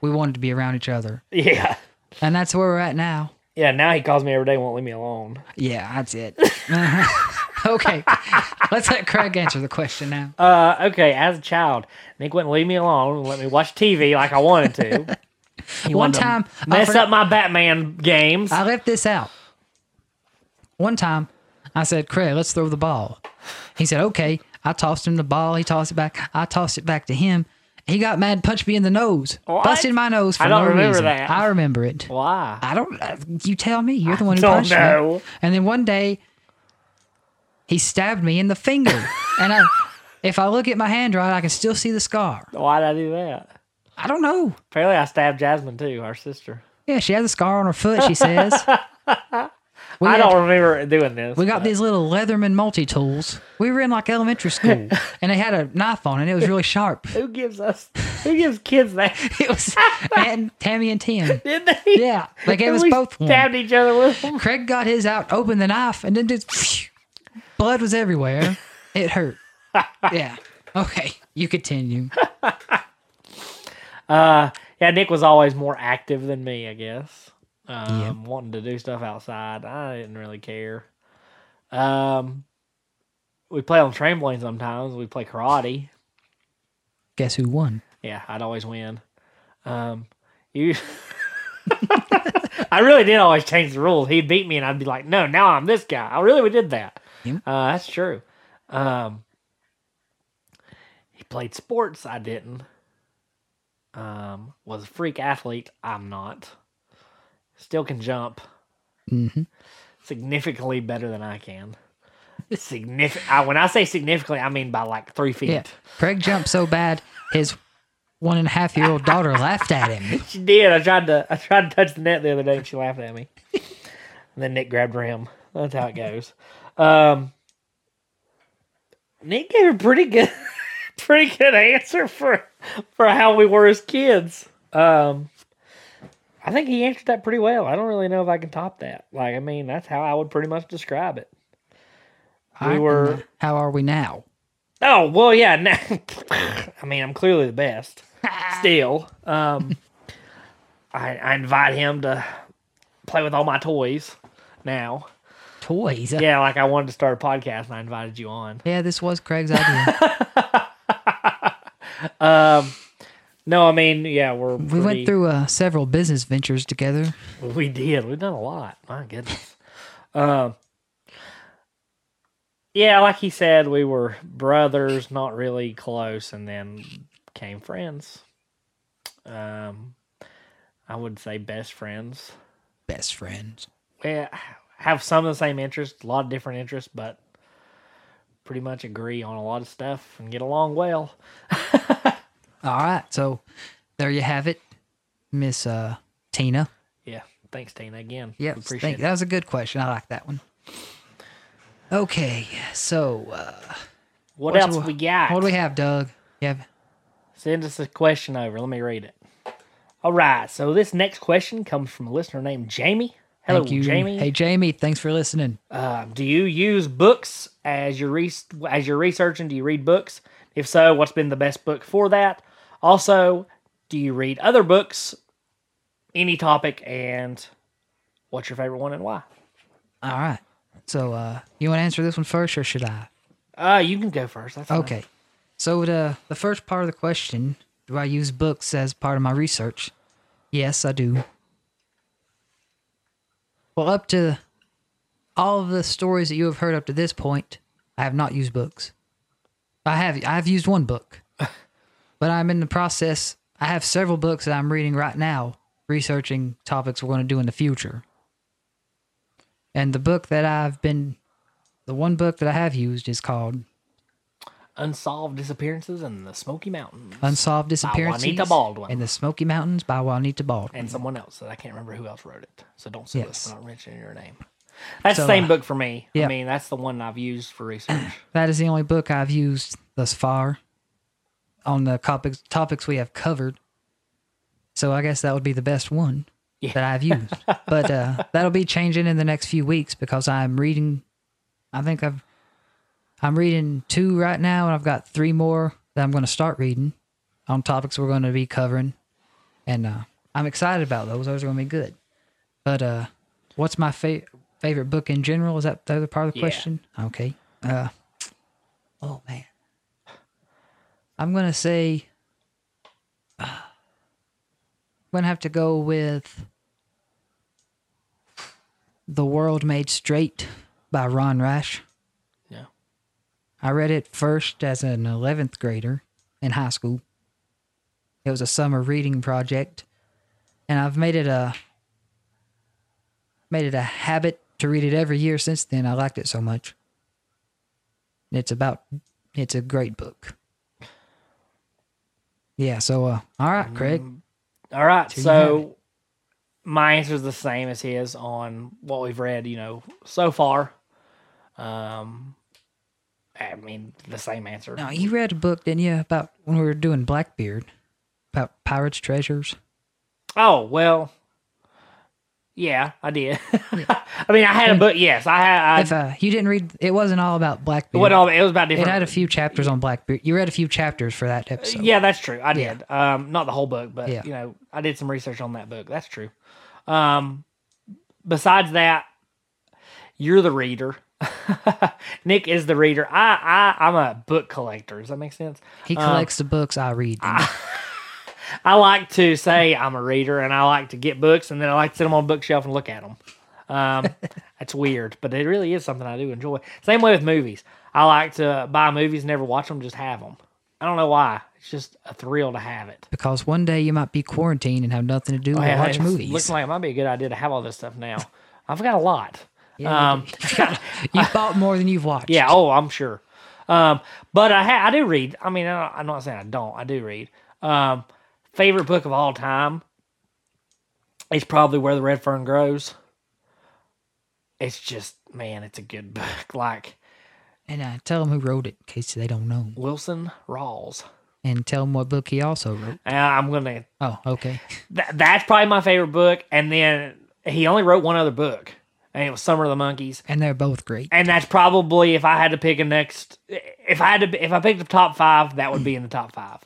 we wanted to be around each other, Yeah, and that's where we're at now. yeah. Now he calls me every day, won't leave me alone. Yeah, that's it. okay, let's let Craig answer the question now. Uh, okay. As a child, Nick wouldn't leave me alone. Let me watch TV like I wanted to. He One wanted to time, I mess forgot- up my Batman games. I left this out. One time, I said, Craig, let's throw the ball. He said, okay. I tossed him the ball. He tossed it back. I tossed it back to him. He got mad, punched me in the nose, What? busted my nose. For I don't no remember reason. that. I remember it. Why? I don't. uh, You tell me. You're the one who don't punched know. me. And then one day, he stabbed me in the finger. and I, if I look at my hand right, I can still see the scar. Why did I do that? I don't know. Apparently, I stabbed Jasmine too, our sister. Yeah, she has a scar on her foot. She says. We I had- don't remember doing this. We got but- these little Leatherman multi tools. We were in like elementary school, and they had a knife on it. It was really sharp. Who gives us? Who gives kids that? It was and Tammy and Tim. Did they? Yeah, they gave And us we both one. stabbed each other with them. Craig got his out, opened the knife, and then just blood was everywhere. It hurt. Yeah. Okay, you continue. Uh, yeah, Nick was always more active than me, I guess. Um, wanting to do stuff outside. I didn't really care. Um, we play on trampoline sometimes. We play karate. Guess who won? Yeah, I'd always win. Um, you. I really did always change the rules. He'd beat me, and I'd be like, "No, now I'm this guy." I really we did that. Yep. Uh, that's true. Um, he played sports. I didn't. Um, was a freak athlete. I'm not. Still can jump Mm-hmm. significantly better than I can. Signific- I, when I say significantly, I mean by like three feet. Yeah. Craig jumped so bad, his one and a half year old daughter laughed at him. She did. I tried to I tried to touch the net the other day and she laughed at me. and then Nick grabbed her him. That's how it goes. Um Nick gave a pretty good pretty good answer for for how we were as kids. Um I think he answered that pretty well. I don't really know if I can top that. Like I mean, that's how I would pretty much describe it. We I- were- How are we now? Oh well, yeah. Now, I mean, I'm clearly the best. Still, um, I, I invite him to play with all my toys. Now, Toys. yeah, like I wanted to start a podcast, and I invited you on. Yeah, this was Craig's idea. No, I mean, yeah, we're We went through uh, several business ventures together. We did. We've done a lot. My goodness. um, yeah, like he said, we were brothers, not really close, and then came friends. Um, I would say best friends. Best friends. eh, have some of the same interests, a lot of different interests, but pretty much agree on a lot of stuff and get along well. All right. So there you have it, Miss uh, Tina. Yeah. Thanks, Tina, again. Yes, Appreciate thank- it. That was a good question. I like that one. Okay, so uh, What what's- else we got? What do we have, Doug? You have Send us a question over. Let me read it. All right. So this next question comes from a listener named Jamie. Hello, thank you, Jamie. Hey, Jamie. Thanks for listening. Um, do you use books as your re- as your researching? Do you read books? If so, what's been the best book for that? Also, do you read other books? Any topic, and what's your favorite one and why? All right. So uh, you want to answer this one first, or should I? Uh, you can go first. That's fine. Okay. So the the first part of the question: Do I use books as part of my research? Yes, I do. Well, up to all of the stories that you have heard up to this point, I have not used books. I have I have used one book, but I'm in the process. I have several books that I'm reading right now, researching topics we're going to do in the future. And the book that I've been, the one book that I have used is called Unsolved disappearances in the Smoky Mountains, Unsolved Disappearances Juanita Baldwin. in the Smoky Mountains by Juanita Baldwin. and someone else that I can't remember who else wrote it. So don't sue us Yes. for not mentioning your name. That's So, the same uh, book for me. yeah. I mean, that's the one I've used for research. That is the only book I've used thus far on the topics topics we have covered. So I guess that would be the best one Yeah. that I've used. but uh, that'll be changing in the next few weeks because I'm reading. I think I've I'm reading two right now, and I've got three more that I'm going to start reading on topics we're going to be covering, and uh, I'm excited about those. Those are going to be good. But uh, what's my fa- favorite book in general? Is that the other part of the Yeah. question? Okay. Uh, oh man, I'm going to say. I'm gonna have to go with The World Made Straight by Ron Rash. Yeah. I read it first as an 11th grader in high school. It was a summer reading project, and I've made it a made it a habit to read it every year since then. I liked it so much. It's about it's a great book. Yeah, so uh all right, Craig. All right. There you have So my answer is the same as his on what we've read, you know, so far. Um, I mean, the same answer. No, you read a book, didn't you, about when we were doing Blackbeard, about pirates' treasures? Oh well, yeah, I did. I mean, I had a book. Yes, I had. if uh, you didn't read, it wasn't all about I, Blackbeard. what all? It was about it different. had a few chapters on Blackbeard. You read a few chapters for that episode. Yeah, that's true. I Yeah. did. Um, not the whole book, but Yeah. you know, I did some research on that book. That's true. Um, besides that, you're the reader. Nick is the reader. I, I, I'm a book collector. Does that make sense? He Um, collects the books I read. them. ah. I like to say I'm a reader, and I like to get books, and then I like to sit them on a bookshelf and look at them. Um, that's weird, but it really is something I do enjoy. Same way with movies. I like to buy movies, never watch them, just have them. I don't know why. It's just a thrill to have it. because one day you might be quarantined and have nothing to do but Oh, Yeah, watch it's movies. Looking like it might be a good idea to have all this stuff now. I've got a lot. Yeah, um, you bought more than you've watched. yeah. Oh, I'm sure. Um, but I ha- I do read. I mean, I, I'm not saying I don't. I do read. Um, favorite book of all time is probably Where the Red Fern Grows. It's just man, it's a good book. Like And uh, tell them who wrote it in case they don't know. Wilson Rawls. And tell them what book he also wrote. Uh, I'm gonna Oh, okay. Th- that's probably my favorite book. And then he only wrote one other book, and it was Summer of the Monkeys. And they're both great. and that's probably if I had to pick a next. If I had to, if I picked the top five, that would be in the top five.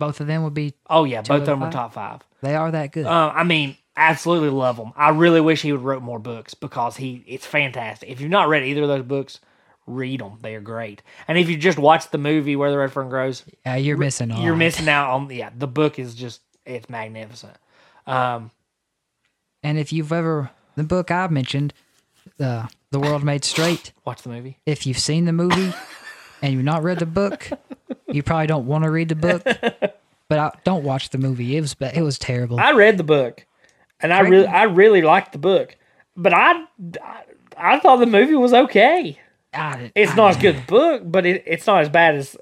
Both of them would be, Oh yeah, both out of of them are five? top five. they are that good. Um, I mean, absolutely love them. I really wish he would wrote more books because he it's fantastic. If you've not read either of those books, read them. They are great. And if you just watch the movie Where the Red Fern Grows, Yeah, you're missing all. you're missing out on. Yeah, the book is just it's magnificent. Um, And if you've ever the book I've mentioned, uh, The World Made Straight, watch the movie. if you've seen the movie and you've not read the book, you probably don't want to read the book. But I, don't watch the movie. It was ba- it was terrible. I read the book, and I Great. really I really liked the book. but I, I, I thought the movie was okay. I- It's I- not a good book, but it, it's not as bad as.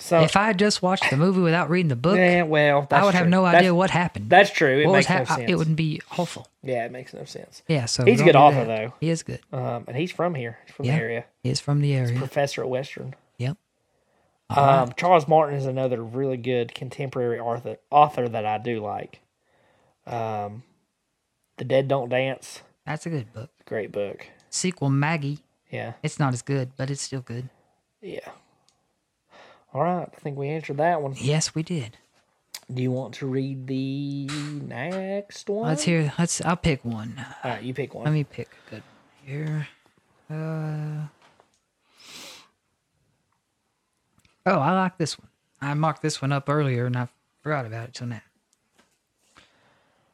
So If I had just watched the movie without reading the book, yeah, well, I that's would have true. no That's- idea what happened. That's true. It what was makes no hap- sense. It would be awful. Yeah, it makes no sense. Yeah, so He's a don't good do author, that. though. He is good. Um, and he's from here, he's from Yeah. the area. He is from the area. Professor at Western. Yep. Uh-huh. Um, Charles Martin is another really good contemporary author author that I do like. Um, the Dead Don't Dance, That's a good book. great book. Sequel Maggie. Yeah, It's not as good, but it's still good. yeah. All right, I think we answered that one. Yes, we did. Do you want to read the next one? Let's hear. Let's. I'll pick one. All right, you pick one. Let me pick a good one here. Uh, oh, I like this one. I marked this one up earlier and I forgot about it till now.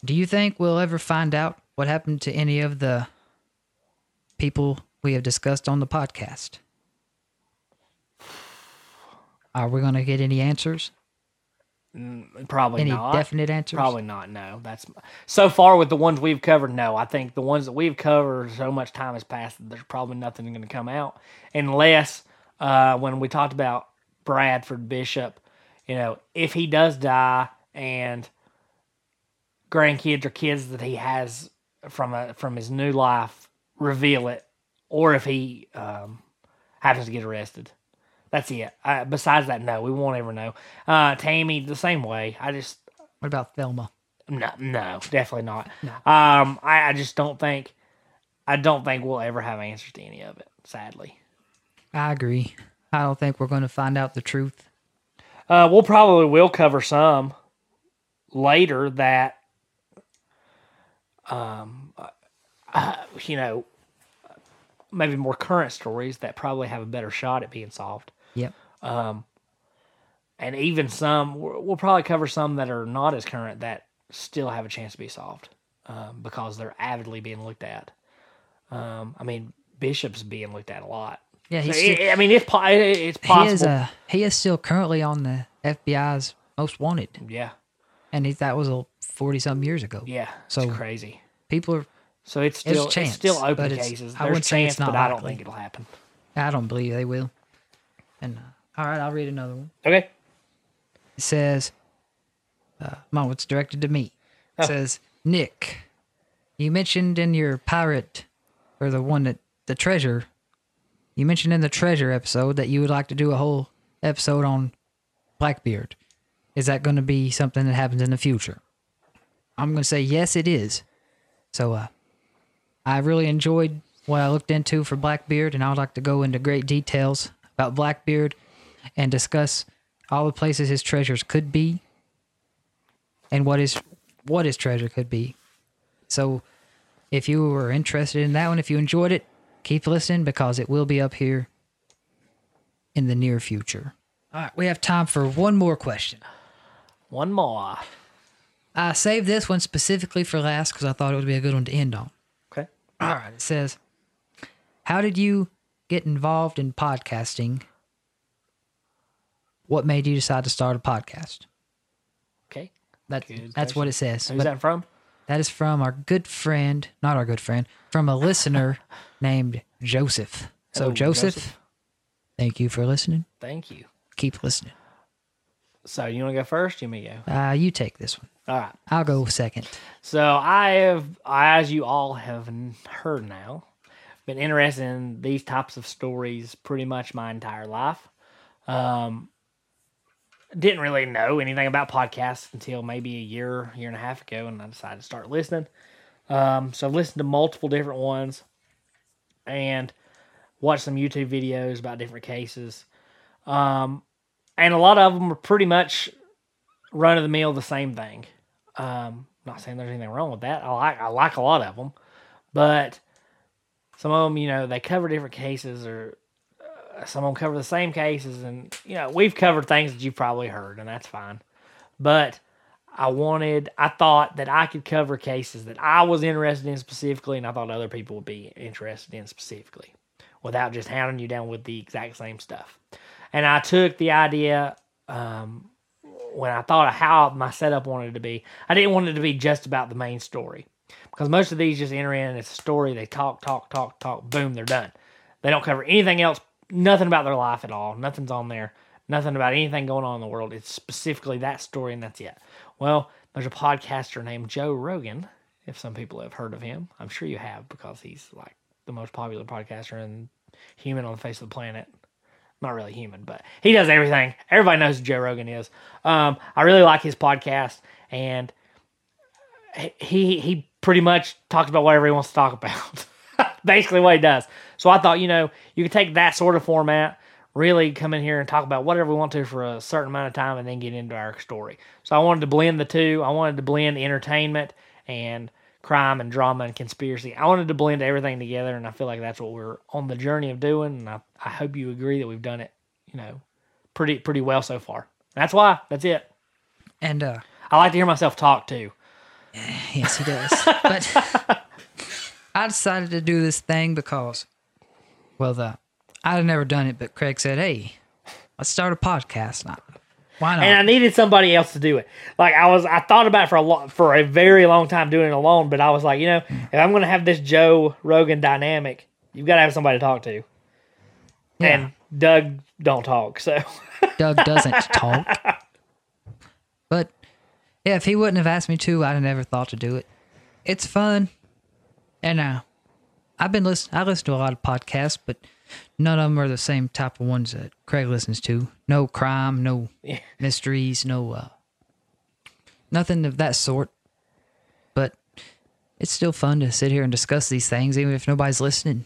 Do you think we'll ever find out what happened to any of the people we have discussed on the podcast? Are we going to get any answers? Probably Any not. definite answers? Probably not. No, that's so far with the ones we've covered. No, I think the ones that we've covered, so much time has passed that there's probably nothing going to come out unless uh, when we talked about Bradford Bishop, you know, if he does die and grandkids or kids that he has from a, from his new life reveal it, or if he um, happens to get arrested. That's it. Uh, besides that, no, we won't ever know. Uh, Tammy, the same way. I just What about Thelma? no, no, definitely not. Um, I, I just don't think, I don't think we'll ever have answers to any of it. Sadly, I agree. I don't think we're going to find out the truth. uh, we'll probably will cover some later that, um, uh, you know, maybe more current stories that probably have a better shot at being solved, Yep. and even some we'll we'll probably cover some that are not as current that still have a chance to be solved um, because they're avidly being looked at. Um, I mean, Bishop's being looked at a lot. Yeah, he's So, still- I I mean, it's po- it- it's He is, possible. uh, he is still currently on the FBI's most wanted, yeah, and he, that was forty some years ago. yeah. It's So- crazy. People are. So it's still it's, chance, still open but it's- cases. I There's wouldn't say chance, it's but not I don't likely. think it'll happen. I don't believe they will. And uh, all right, I'll read another one. Okay. It says, uh, "Mine was directed to me." It says, "Nick, you mentioned in your pirate, or the one that the treasure, you mentioned in the treasure episode that you would like to do a whole episode on Blackbeard. Is that going to be something that happens in the future?" I'm going to say yes, it is. So, uh, I really enjoyed what I looked into for Blackbeard, and I would like to go into great details about Blackbeard and discuss all the places his treasures could be and what his what his treasure could be. So if you were interested in that one, if you enjoyed it, keep listening because it will be up here in the near future. All right, we have time for one more question. One more. I saved this one specifically for last because I thought it would be a good one to end on. Okay. All right. It says, How did you get involved in podcasting? What made you decide to start a podcast? Okay. That, Good that's what it says. Who's But that from? that is from our good friend, not our good friend, from a listener named Joseph. So, Hello, Joseph, Joseph. thank you for listening. Thank you. Keep listening. So you want to go first? You may go. Uh, you take this one. All right. I'll go second. So I have, as you all have n- heard now, been interested in these types of stories pretty much my entire life. Um, didn't really know anything about podcasts until maybe a year, year and a half ago, and I decided to start listening. Um, so I've listened to multiple different ones and watched some YouTube videos about different cases. Um, and a lot of them are pretty much run of the mill, the same thing. Um, not saying there's anything wrong with that. I like I like a lot of them, but some of them, you know, they cover different cases, or uh, some of them cover the same cases, and you know, we've covered things that you've probably heard, and that's fine. But I wanted, I thought that I could cover cases that I was interested in specifically, and I thought other people would be interested in specifically, without just hounding you down with the exact same stuff. And I took the idea um, when I thought of how my setup wanted it to be, I didn't want it to be just about the main story. Because most of these just enter in and it's a story. They talk, talk, talk, talk. Boom, they're done. They don't cover anything else. Nothing about their life at all. Nothing's on there. Nothing about anything going on in the world. It's specifically that story and that's it. Well, there's a podcaster named Joe Rogan. If some people have heard of him, I'm sure you have because he's like the most popular podcaster and human on the face of the planet not really human, but he does everything. Everybody knows who Joe Rogan is. Um, I really like his podcast, and he he pretty much talks about whatever he wants to talk about. Basically, what he does. So I thought, you know, you could take that sort of format, really come in here and talk about whatever we want to for a certain amount of time, and then get into our story. So I wanted to blend the two. I wanted to blend entertainment and crime and drama and conspiracy. I wanted to blend everything together, and I feel like that's what we're on the journey of doing. And I, I hope you agree that we've done it, you know, pretty pretty well so far. That's why. That's it. And uh, I like to hear myself talk too. yes, he does. but I decided to do this thing because, well, the I'd never done it, but Craig said, "Hey, let's start a podcast." Now, why not? and I needed somebody else to do it. Like I was, I thought about it for a lot, for a very long time doing it alone. But I was like, you know, if I'm gonna have this Joe Rogan dynamic, you've got to have somebody to talk to. Yeah. And Doug don't talk, so Doug doesn't talk. But yeah, if he wouldn't have asked me to, I'd have never thought to do it. It's fun. And uh, I've been listening, I listen to a lot of podcasts, but none of them are the same type of ones that Craig listens to. No crime, no mysteries, no uh, nothing of that sort. But it's still fun to sit here and discuss these things, even if nobody's listening.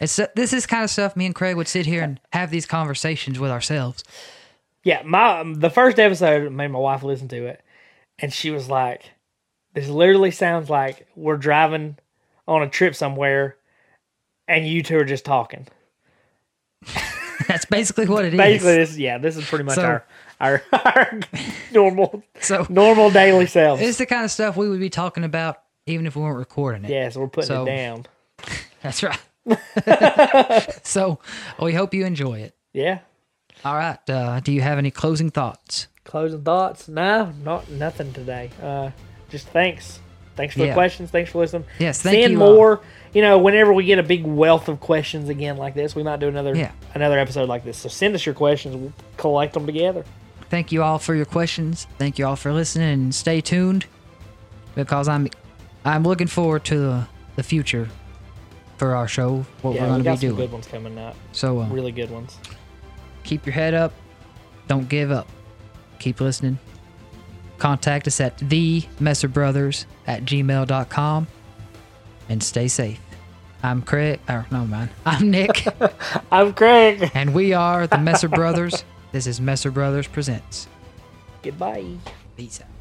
It's this is kind of stuff me and Craig would sit here and have these conversations with ourselves. yeah. My um, the first episode made my wife listen to it, and she was like, "This literally sounds like we're driving on a trip somewhere, and you two are just talking." That's basically what it is. Basically, this yeah, this is pretty much So- our our, our normal So normal daily selves. it's the kind of stuff we would be talking about even if we weren't recording it. Yeah, so we're putting So- it down. That's right. so we hope you enjoy it. Yeah. All right. Uh, do you have any closing thoughts? Closing thoughts? No, not nothing today. Uh, just thanks. Thanks for the Yeah. questions. Thanks for listening. Yes, thank Send you all. more. You know, whenever we get a big wealth of questions again like this, we might do another Yeah. another episode like this. So send us your questions. We'll collect them together. Thank you all for your questions. Thank you all for listening and stay tuned because I'm I'm looking forward to the, the future for our show, what Yeah, we're we going to got be some doing. good ones coming up. So uh, Really good ones. keep your head up. Don't give up. Keep listening. Contact us at themesserbrothers at gmail.com and stay safe. I'm Craig. Or, no, mind. I'm Nick, I'm Craig. and we are the Messer Brothers. This is Messer Brothers Presents. Goodbye. Peace out.